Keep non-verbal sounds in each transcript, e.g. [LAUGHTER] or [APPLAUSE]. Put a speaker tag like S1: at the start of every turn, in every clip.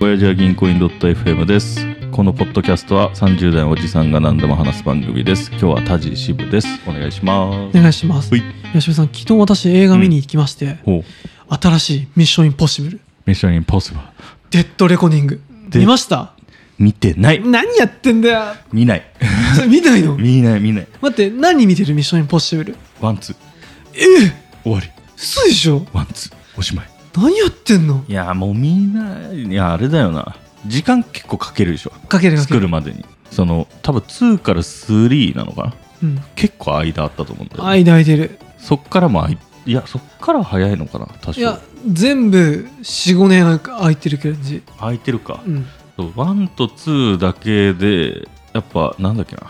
S1: 親父は銀行員 .fm ですこのポッドキャストは30代のおじさんが何でも話す番組です今日は田地支部ですお願いしま
S2: お
S1: す
S2: 願いします
S1: はい
S2: 吉見さん昨日私映画見に行きまして、
S1: ほう
S2: 新しい「ミッションインポッシブル
S1: ミッションインポッシブル」
S2: 「デッドレコーディング」
S1: で
S2: 見ました
S1: 見てない
S2: 何やってんだ
S1: [LAUGHS]
S2: よ
S1: 見ない
S2: それ見ないの
S1: 見ない見ない
S2: 待って何見てるミッションインポッシブル
S1: ワンツー
S2: ええ
S1: 終わり
S2: 嘘でしょ
S1: ワンツーおしまい
S2: 何やってんの
S1: いやもう見ないいやあれだよな時間結構かけるでしょ
S2: かけるかけ
S1: 作
S2: る
S1: るまでにその多分2から3なのかな
S2: うん
S1: 結構間あったと思うんだよ、ね、
S2: 間空いてる
S1: そっからもあいいやそっから早いのかな多
S2: い
S1: 少
S2: や全部45年空いてる感じ
S1: 空いてるか
S2: うん
S1: そう1と2だけでやっぱなんだっけな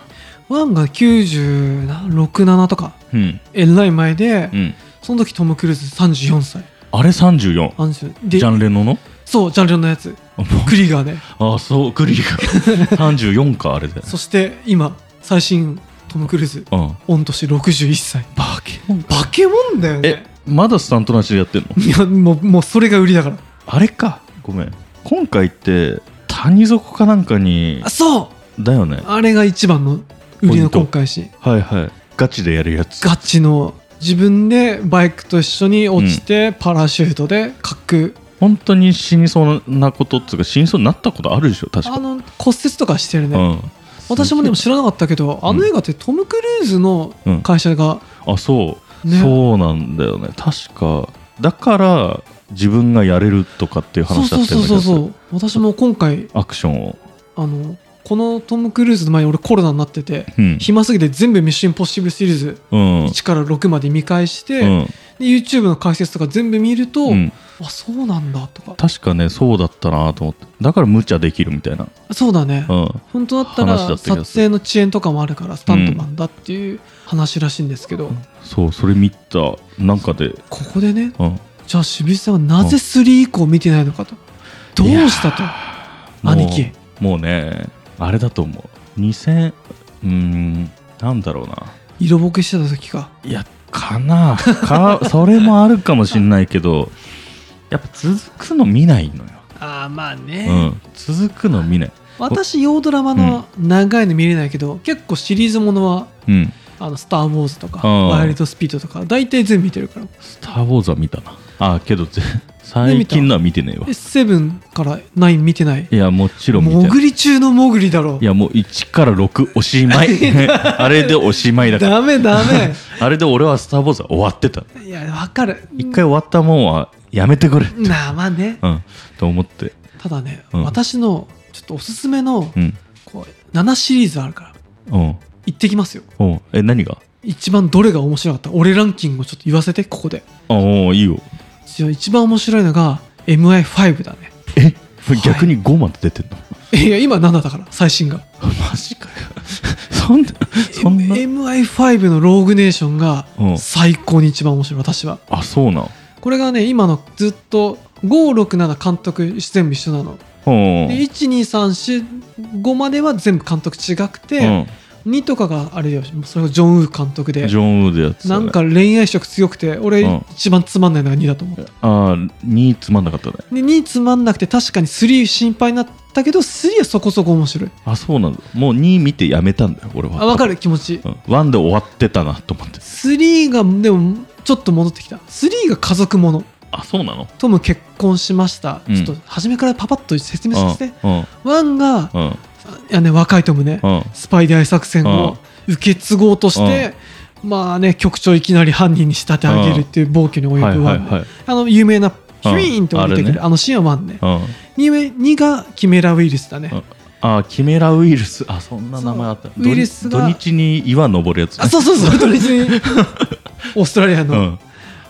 S2: 1が967とか
S1: うん
S2: えらい前で、
S1: うん
S2: その時トム・クルーズ34歳
S1: あれ34
S2: あんですよで
S1: ジャンレノの
S2: そうジャンルのやつ
S1: あも
S2: クリガーで
S1: [LAUGHS] うあそうクリーが34かあれで
S2: そして今最新トム・クルーズ
S1: うん
S2: 御年61歳
S1: バケモン
S2: 化け物だよ
S1: え
S2: ね
S1: まだスタントなしでやってんの
S2: いやもうもうそれが売りだから
S1: あれかごめん今回って谷底かなんかに
S2: あそう
S1: だよね
S2: あれが一番の売り
S1: ポイ
S2: の
S1: ント
S2: 今回し
S1: はいはいガチでやるやつ
S2: ガチの自分でバイクと一緒に落ちて、パラシュートで滑空
S1: 本当に死にそうなことっていうか死にそうになったことあるでしょ確
S2: あ
S1: か
S2: の骨折とかしてるね、
S1: うん
S2: 私もでも知らなかったけどあの映画ってトム・クルーズの会社が、
S1: あそう、
S2: ね
S1: そうなんだよね確かだから自分がやれるとかっていう
S2: そう
S1: 話だ
S2: そう
S1: った
S2: そ
S1: よ
S2: う
S1: ね
S2: そうそう私も今回
S1: アクションを
S2: あのこのトム・クルーズの前に俺コロナになってて
S1: うん
S2: 暇すぎて全部「ミッションインポッシブル」シリーズ
S1: うん
S2: 1から6まで見返して、
S1: うん
S2: で YouTube の解説とか全部見ると、
S1: うん
S2: あそうなんだとか
S1: 確かねそうだったなと思ってだから無茶できるみたいな、
S2: そうだね、
S1: うん、
S2: 本当だった
S1: 話だ
S2: ら
S1: った気がす
S2: 撮
S1: る
S2: 影の遅延とかもあるからスタントマンだっていう話らしいんですけど、
S1: そうそれ見たなんかで、
S2: ここでね
S1: うん、
S2: じゃあ渋井さんはなぜ3以降見てないのかと、どうしたと
S1: もう
S2: 兄貴
S1: もうねあれだと思う2000うーんなんだろうな
S2: 色ぼけしてた時か
S1: いやかなかそれもあるかもしんないけどやっぱ続くの見ないのよ、
S2: ああまあね
S1: うん、続くの見ない、
S2: 私洋ドラマの長いの見れないけど、結構シリーズものは
S1: うん、
S2: 「あのスター・ウォーズ」と
S1: う
S2: か「
S1: ん
S2: ワイルド・スピード」とか大体全部見てるから
S1: スター・ウォーズは見たなあけどぜ [LAUGHS] 最近のは見てねえわ
S2: え7から9見てない
S1: いやもちろん見てない
S2: 潜り中の潜りだろ
S1: いやもう1から6おしまい [LAUGHS] あれでおしまいだから
S2: ダメダ
S1: [LAUGHS]
S2: メ
S1: あれで俺はスター・ウォーズは終わってた
S2: いやわかる
S1: 一回終わったもんはやめてくれ
S2: なあまあね
S1: うんと思って
S2: ただね、
S1: うん
S2: 私のちょっとおすすめの
S1: うん
S2: こう7シリーズあるか
S1: う
S2: ら
S1: ん
S2: 行ってきますよ
S1: うんえ何が
S2: 一番どれが面白かった俺ランキングをちょっと言わせてここで
S1: あおういいよ
S2: じゃあ一番面白いのが MI5 だね
S1: え
S2: はい
S1: 逆に5まで出てんの
S2: いや今7だから最新が
S1: [LAUGHS] マジかよそんなそんな
S2: MI5 のローグネーションが
S1: うん
S2: 最高に一番面白い私は
S1: あそうなん
S2: これがね今のずっと567監督全部一緒なの
S1: うん
S2: で12345までは全部監督違くて、2とかがあれよそれがジョン・ウー監督
S1: う
S2: で
S1: んジョン・ウーでやってた
S2: なんか恋愛色強くて俺
S1: うん
S2: 一番つまんないのが2だと思った
S1: ああ2つまんなかったね
S2: で2つまんなくて確かに3心配になったけど3はそこそこ面白い
S1: あそうなんだもう2見てやめたんだよ俺は
S2: あ分かる気持ち
S1: うん1で終わってたなと思って
S2: 3がでもちょっと戻ってきた3が家族もの
S1: あそうなの
S2: トム結婚しました、
S1: うん
S2: ちょっと初めからパパッと説明させて、
S1: うん
S2: ワンが、
S1: うん
S2: いやね、若いトムね、
S1: うんうん
S2: スパイ大作戦を受け継ごうとして、まあね、局長いきなり犯人に仕立て上げるっていう暴挙に及
S1: はい
S2: ぶワ
S1: はい
S2: ン、
S1: はい
S2: あの有名なキュイーンと降りてくる、
S1: うんあれね
S2: あのシーンはワンね、
S1: うん
S2: 2, 名2がキメラウイルスだね、
S1: うんあキメラウイルスあそんな名前あった
S2: そうウイルスが
S1: 土日土日に岩登るやつね
S2: あそうそうそ
S1: [LAUGHS]
S2: うとりあえずオーストラリア
S1: う
S2: の、
S1: ん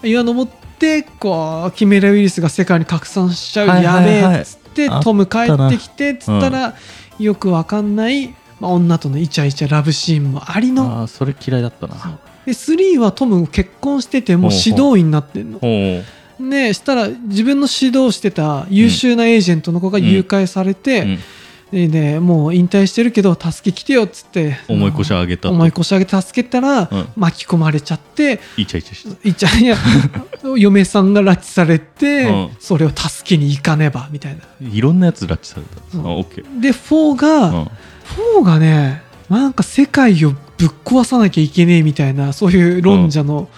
S2: 岩登ってこうキメラウイルスが世界に拡散しちゃう、
S1: はいはいはい
S2: やべえっつっ
S1: あ
S2: て
S1: ったな
S2: トム帰ってきてっつったら、よくわかんない、まあ、女とのイチャイチャラブシーンもありの
S1: あーそれ嫌いだった
S2: そう
S1: な
S2: で3はトム結婚しててもう
S1: ほうほう
S2: 指導員になってんの
S1: ほう
S2: ねしたら自分の指導してた優秀なエージェントの子が誘拐されて、
S1: うん
S2: でねもう引退してるけど助け来てよっつって
S1: 重い腰上げたと
S2: 重い腰上げて助けたら、
S1: うん
S2: 巻き込まれちゃって
S1: イチャイチャして
S2: いちゃいや [LAUGHS] 嫁さんが拉致されて、
S1: うん
S2: それを助けに行かねばみたいない
S1: ろんなやつ拉致された、
S2: うん
S1: あオッケー、
S2: で4が、
S1: うん、
S2: 4がねなんか世界をぶっ壊さなきゃいけねえみたいなそういう論者の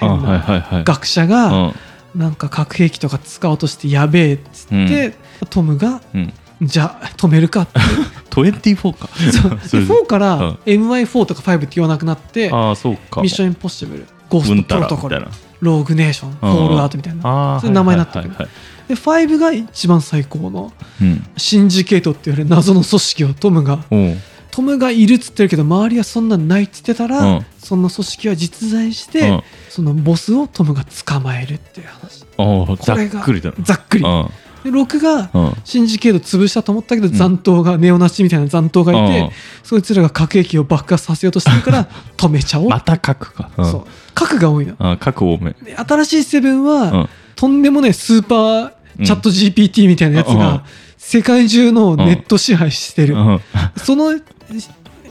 S1: あ
S2: 変
S1: はい
S2: な
S1: はいはい
S2: 学者が
S1: うん
S2: なんか核兵器とか使おうとしてやべえっつって、トムが
S1: うん、
S2: じゃあ止めるかって
S1: 24か
S2: そう
S1: [LAUGHS]
S2: で
S1: それで
S2: 4から
S1: うん
S2: MI4 とか5って言わなくなって
S1: ああそうか
S2: ミッションインポッシブルゴー
S1: う
S2: ス
S1: ん
S2: ト
S1: た
S2: プ
S1: ら
S2: ロトコ
S1: み
S2: ル
S1: たいな
S2: ローグネーションフォールアウトみたいな
S1: ああ
S2: そういう名前になってく
S1: は
S2: る
S1: いはいはい
S2: で5が一番最高の
S1: はい
S2: シンジケートって言われる謎の組織をトムが
S1: うんおう
S2: トムがいるっつってるけど周りはそんなんないっつってたら、
S1: うん
S2: その組織は実在して、
S1: うん
S2: そのボスをトムが捕まえるっていう話
S1: ああざ
S2: これ
S1: っ
S2: が
S1: くりだな
S2: ざっくり、
S1: うん
S2: で6が、
S1: うん
S2: シンジケート潰したと思ったけど残党が、ネオナチみたいな残党がいて、
S1: うん
S2: そいつらが核兵器を爆発させようとしてるから
S1: [LAUGHS]
S2: 止めちゃおう、
S1: また書くか、うん、
S2: そう核が多いの
S1: あ核多め
S2: で新しいセブンは、
S1: うん
S2: とんでもねスーパーチャット GPT みたいなやつ
S1: うん
S2: が世界中のネット支配してる、
S1: うん
S2: その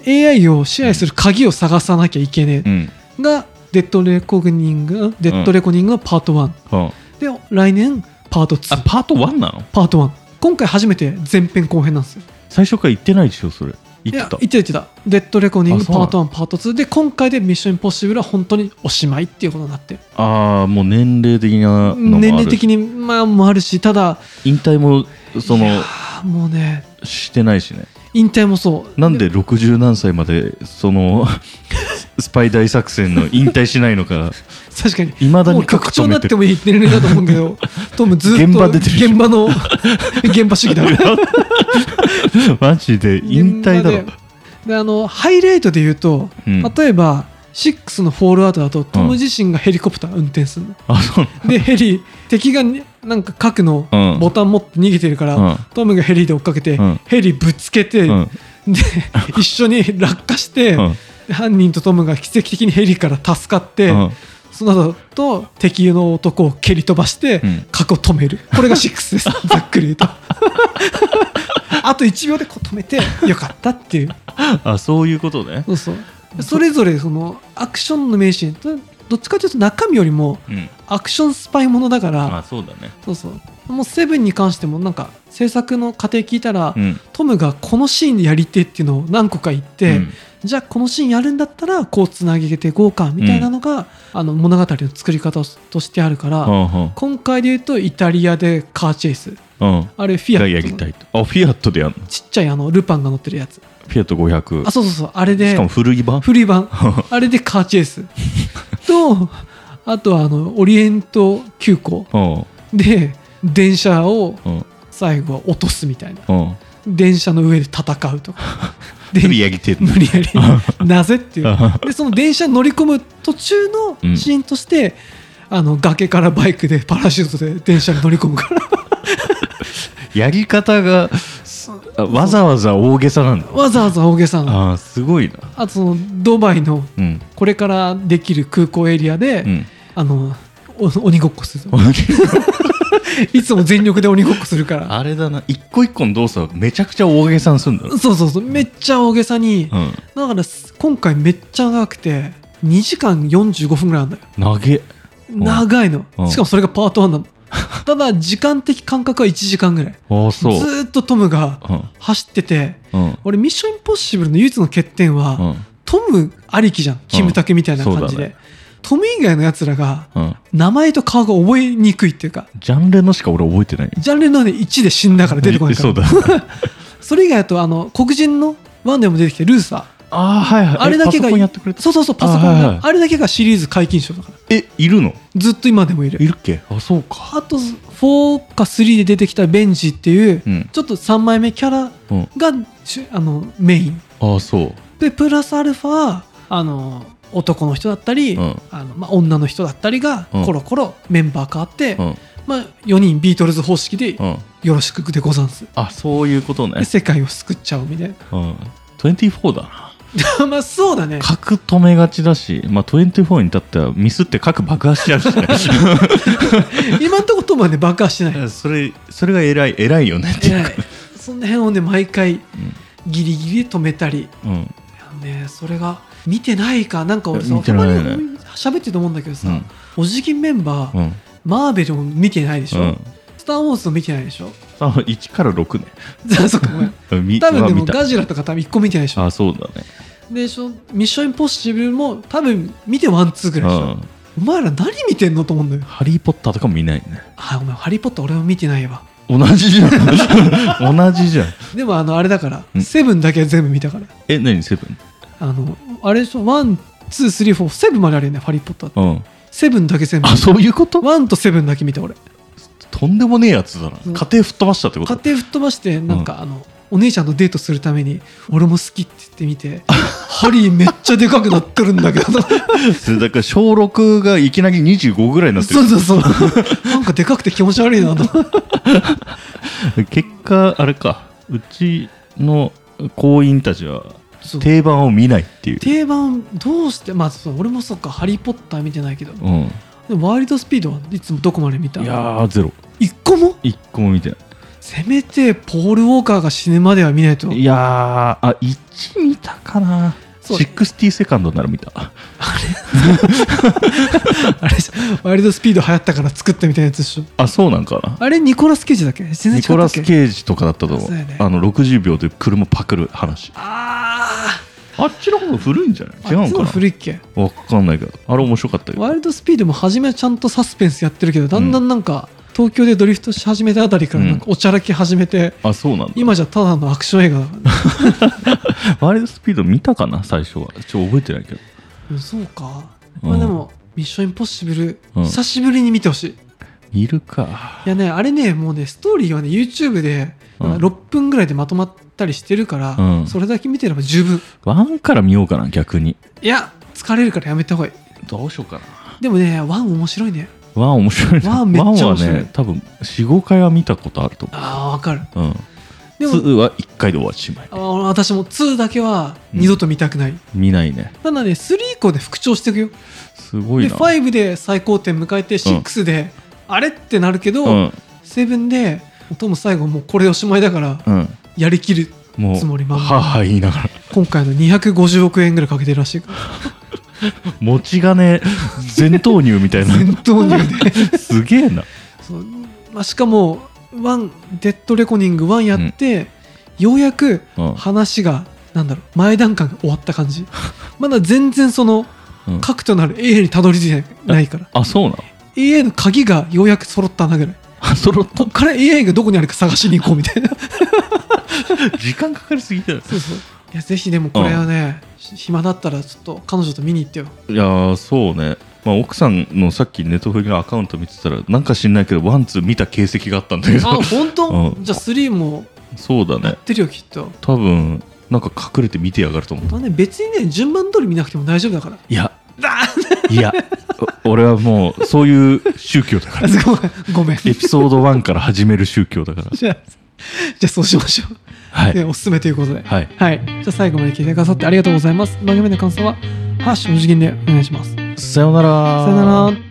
S2: AI を支配する鍵を探さなきゃいけね
S1: うん
S2: えがデッドレコーニングデッドレコーニングがパート1
S1: うんあ
S2: で来年パート2
S1: パート1なの
S2: パート1今回初めて前編後編なんですよ
S1: 最初から言ってないでしょそれ
S2: い
S1: 言っ
S2: や
S1: てた
S2: 言ってた言ってたデッドレコーニング
S1: あ
S2: パ
S1: そうな
S2: ー
S1: の
S2: ト1パート2で今回でミッションインポッシブルは本当におしまいっていうことになってる
S1: ああもう年齢的なのもある
S2: 年齢的にまあもあるしただ
S1: 引退もそ
S2: いや
S1: の
S2: ーもうね
S1: してないしね
S2: 引退もそう
S1: なんで60何歳までそ
S2: [LAUGHS]
S1: のスパイ大作戦の引退しないの
S2: [LAUGHS]
S1: か
S2: 確かに
S1: 未だに
S2: もう局長になって
S1: も
S2: もいい年齢だと思うけど [LAUGHS] トムずっと
S1: 現場出てるでしょ
S2: 現場の [LAUGHS] 現場主義だから
S1: マジで [LAUGHS] 引退だろ
S2: 現場でであのハイライトで言うと、
S1: うん
S2: 例えば6のフォールアウトだとトム自身がヘリコプター運転するの、
S1: あそう
S2: でヘリ敵がねなんか核の
S1: うん
S2: ボタン持って逃げてるから、
S1: うん
S2: トムがヘリで追っかけて、
S1: うん
S2: ヘリぶつけて、
S1: うん
S2: で
S1: [LAUGHS]
S2: 一緒に落下して、
S1: うん
S2: 犯人とトムが奇跡的にヘリから助かって、
S1: うん
S2: その後と敵の男を蹴り飛ばして、
S1: うん
S2: 核を止めるこれが6で
S1: [LAUGHS]
S2: すざっくり言うと [LAUGHS] あと1秒でこう止めてよかったっていう
S1: あそういうことね
S2: そうそうそれぞれそのアクションの名シーンとどっちかというと中身よりも
S1: うん
S2: アクションスパイものだから、
S1: あそうだね
S2: そうそうもうセブンに関してもなんか制作の過程聞いたら、
S1: うん
S2: トムがこのシーンでやりてえっていうのを何個か言って、
S1: うん
S2: じゃあこのシーンやるんだったらこうつなげていこうかみたいなのが、あの物語の作り方としてあるから、
S1: はん
S2: 今回で言うとイタリアでカーチェイス
S1: はんうん
S2: あれフィア
S1: がや
S2: ッ
S1: り
S2: ト
S1: た
S2: の
S1: いとあフィアットでやんの
S2: ちっちゃいあのルパンが乗ってるやつ
S1: フィアット500
S2: あそうそうそうあれ
S1: し
S2: で
S1: かも古い版
S2: 古い版あれでカーチェ
S1: [LAUGHS]
S2: イスとあとはあのオリエント急行
S1: うん
S2: で電車を
S1: うん
S2: 最後は落とすみたいな
S1: うん
S2: 電車の上で戦う
S1: [LAUGHS]
S2: とかで
S1: 無理やりてんの
S2: 無理や
S1: [LAUGHS]
S2: りなぜっていう
S1: あ
S2: でその電車に乗り込む途中のシーンとして、あの崖からバイクでパラシュートで電車に乗り込
S1: [LAUGHS]
S2: むから
S1: やり方があわざわざ大げさなんだ
S2: わざわざ大げさな
S1: あーすごいな
S2: あとそのドバイの
S1: うん
S2: これからできる空港エリアで、
S1: うん
S2: あのお鬼ごっこするいつも全力で鬼ごっこするから
S1: あれだな一個一個の動作はめちゃくちゃ大げさにするんだろ
S2: そうそうそうめっちゃ大げさに、
S1: うん
S2: だからす今回めっちゃ長くて2時間45分ぐらいあるんだよ
S1: 投げん
S2: 長いの
S1: うん
S2: しかもそれがパート1なの
S1: [LAUGHS]
S2: ただ時間的感覚は1時間ぐらい
S1: ああ
S2: ず
S1: そう
S2: ーっとトムが
S1: うん
S2: 走ってて
S1: うん
S2: 俺ミッションインポッシブルの唯一の欠点は、
S1: うん
S2: トムありきじゃんキムタクみたいな感
S1: そ
S2: じ
S1: う
S2: で、
S1: だね
S2: トム以外のやつらが
S1: うん
S2: 名前と顔が覚えにくいっていうか
S1: ジャンルのしか俺覚えてない
S2: ジャンルの、ね、1で死んだから出てこないから
S1: そうだ
S2: それ以外だとあの黒人のワンでも出てきてルーサー
S1: ああはいはい
S2: あれだけ
S1: えパ
S2: が
S1: ソコンやってくれた
S2: そうそうそうパソコン
S1: あ
S2: ね
S1: はいはい
S2: あれだけがシリーズ解禁賞だから
S1: えいるの
S2: ずっと今でもいる
S1: いるっけあそうか
S2: あと4か3で出てきたベンジっていう、
S1: うん
S2: ちょっと3枚目キャラ
S1: うん
S2: が主あのメイン
S1: ああそう
S2: でプラスアルファはあの男の人だったり、
S1: うん
S2: あのまあ、女の人だったりが
S1: うん
S2: コロコロメンバー変わって、
S1: うん
S2: まあ、4人ビートルズ方式で
S1: うん
S2: よろしくでござんす、
S1: あそういうことね
S2: で世界を救っちゃおうみたい
S1: うん24だな
S2: な [LAUGHS] まあそうだね
S1: 核止めがちだし、まあ、24に至ってはミスって核爆破しちゃうしね
S2: 今んところトムはね爆破してない
S1: [LAUGHS] それそれが偉い偉いよねっていう
S2: 偉
S1: か
S2: いその辺をね毎回ギリギリ止めたり、
S1: うんうん
S2: いやね、それが見てないかなんか俺さ
S1: 見て
S2: た
S1: ない
S2: ま
S1: ね
S2: に喋ってると思うんだけどさ、
S1: うん
S2: お辞儀メンバー、
S1: うん
S2: マーベルも見てないでしょ、
S1: うん
S2: スター・ウォーズも見てないでしょ [LAUGHS]
S1: さあ1から6ね
S2: あそっかごめん
S1: うんみ
S2: 多分で
S1: は
S2: も
S1: 見た
S2: ガジラとか多分1個見てないでしょ
S1: あそうだね
S2: でしょミッション・インポッシブルも多分見てワンツーぐ
S1: う
S2: らいでしょ、
S1: ん
S2: お前ら何見てんのと思うんだよ
S1: ハリー・ポッターとかも見ないね
S2: あごめんハリー・ポッター俺も見てないわ
S1: 同じじゃん同じじゃん
S2: でもあのあれだから、
S1: うん
S2: セブンだけは全部見たから
S1: え何セブン
S2: あのあれでしょワンツースリーフォーセブンまであるよねハリー・ポッターって
S1: うん
S2: セブンだけ全部
S1: あそういうこと
S2: ワンとセブンだけ見た俺
S1: とんでもねえやつだな家
S2: うん
S1: 庭吹っ飛ばしたってこ
S2: 家
S1: と
S2: 庭吹っ飛ばしてなんかあの、お姉ちゃんとデートするために俺も好きって言ってみてハリーめっちゃでかくなってるんだけど
S1: それだから小6がいきなり25ぐらいになって
S2: そうそうそうなんかでかくて気持ち悪いなと
S1: る結果あれかうちの行員たちは
S2: そう
S1: 定番を見ないっていう
S2: 定番どうしてまあそう俺もそっか「ハリー・ポッター」見てないけど
S1: うん
S2: でもワイルドスピードはいつもどこまで見た
S1: いやーゼロ
S2: 一個も
S1: 一個も見てない
S2: せめてポール・ウォーカーが死ぬまでは見ないと
S1: いやーあ1見たかな
S2: そう
S1: 60セカンドなら見た
S2: あれワイルドスピード流行ったから作ったみたいなやつでしょ
S1: あそうなんかな
S2: あれニコラス・ケイジだっけ全然
S1: ニコ
S2: 違った
S1: ラ
S2: っ
S1: ス・
S2: け
S1: ケイジとかだったと思う
S2: そうだよね
S1: あの60秒で車パクる話
S2: あ
S1: あっちの方が古いんじゃな
S2: あ
S1: い違うんか
S2: あっちの方が
S1: な
S2: 古いっけ
S1: わかんないけどあれ面白かったけど
S2: ワイルドスピードも初めはちゃんとサスペンスやってるけどだんだんなんか、東京でドリフトし始めたあたりからなんかおちゃらけ始めて、
S1: あそうなんだ
S2: 今じゃただのアクション映
S1: [LAUGHS]
S2: 画だからね
S1: ワイルドスピード見たかな最初はちょっと覚えてないけど
S2: うんそうか、
S1: うん
S2: まあでも「ミッションインポッシブル」
S1: うん
S2: 久しぶりに見てほしい
S1: いるか
S2: いやねあれねもうねストーリーはね YouTube で
S1: うん
S2: なんか6分ぐらいでまとまったりしてるから、
S1: うん
S2: それだけ見てれば十分
S1: ワンから見ようかな逆に
S2: いや疲れるからやめた方がいい
S1: どうしようかな
S2: でもねワン面白いね
S1: ワン面白いな
S2: ワンめっちゃ面白い
S1: ワンはね多分45回は見たことあると思
S2: あーわかる
S1: ううん
S2: でも
S1: 2は1回で終わってしまい
S2: あー私も2だけは
S1: うん
S2: 二度と見たくない、
S1: 見ないね
S2: ただね3以降で復調していくよ
S1: すごい
S2: で
S1: な
S2: 5で最高点迎えて6で、あれってなるけど、
S1: うん
S2: 7でトム最後もうこれおしまいだから
S1: うん
S2: やりきる
S1: も
S2: つもり
S1: う
S2: まんま
S1: はは言いながら
S2: 今回の250億円ぐらいかけてるらしいから
S1: 持ち金全投入みたいな
S2: 全投入で
S1: [LAUGHS] すげえな
S2: そう、まあ、しかも1デッドレコニング1やって、ようやく
S1: うん
S2: 話がなんだろう前段階が終わった感じまだ全然その
S1: うん
S2: 核となる AA にたどり着いてないから
S1: あそうなの
S2: AA の鍵がようやく揃ったなぐらい
S1: あ揃っ
S2: こっから AI がどこにあるか探しに行こうみたいな
S1: た時間かかりすぎてる
S2: そうそういやぜひでもこれはね、し暇だったらちょっと彼女と見に行ってよ
S1: いやーそうね、まあ、奥さんのさっきネットフリのアカウント見てたらなんか知んないけどワンツー見た形跡があったんだけ
S2: あ
S1: ど
S2: 本当、
S1: うん
S2: じゃあ3も
S1: [LAUGHS] そうだ
S2: やっ
S1: ね
S2: てるよきっと、
S1: 多分なんか隠れて見てやがると思った
S2: まあね、別にね順番通り見なくても大丈夫だから
S1: いやいやお [LAUGHS] 俺はもうそういう宗教だか
S2: あ
S1: ら [LAUGHS]
S2: すごいごめん
S1: エピソード1から始める宗教だから
S2: [LAUGHS] じゃあじゃあそうしましょう、
S1: はい
S2: ねおすすめということで
S1: はい
S2: はい、じゃあ最後まで聞いてくださってありがとうございます番組の感想は「ハッシュ無次元」でお願いします
S1: さようなら
S2: さよなら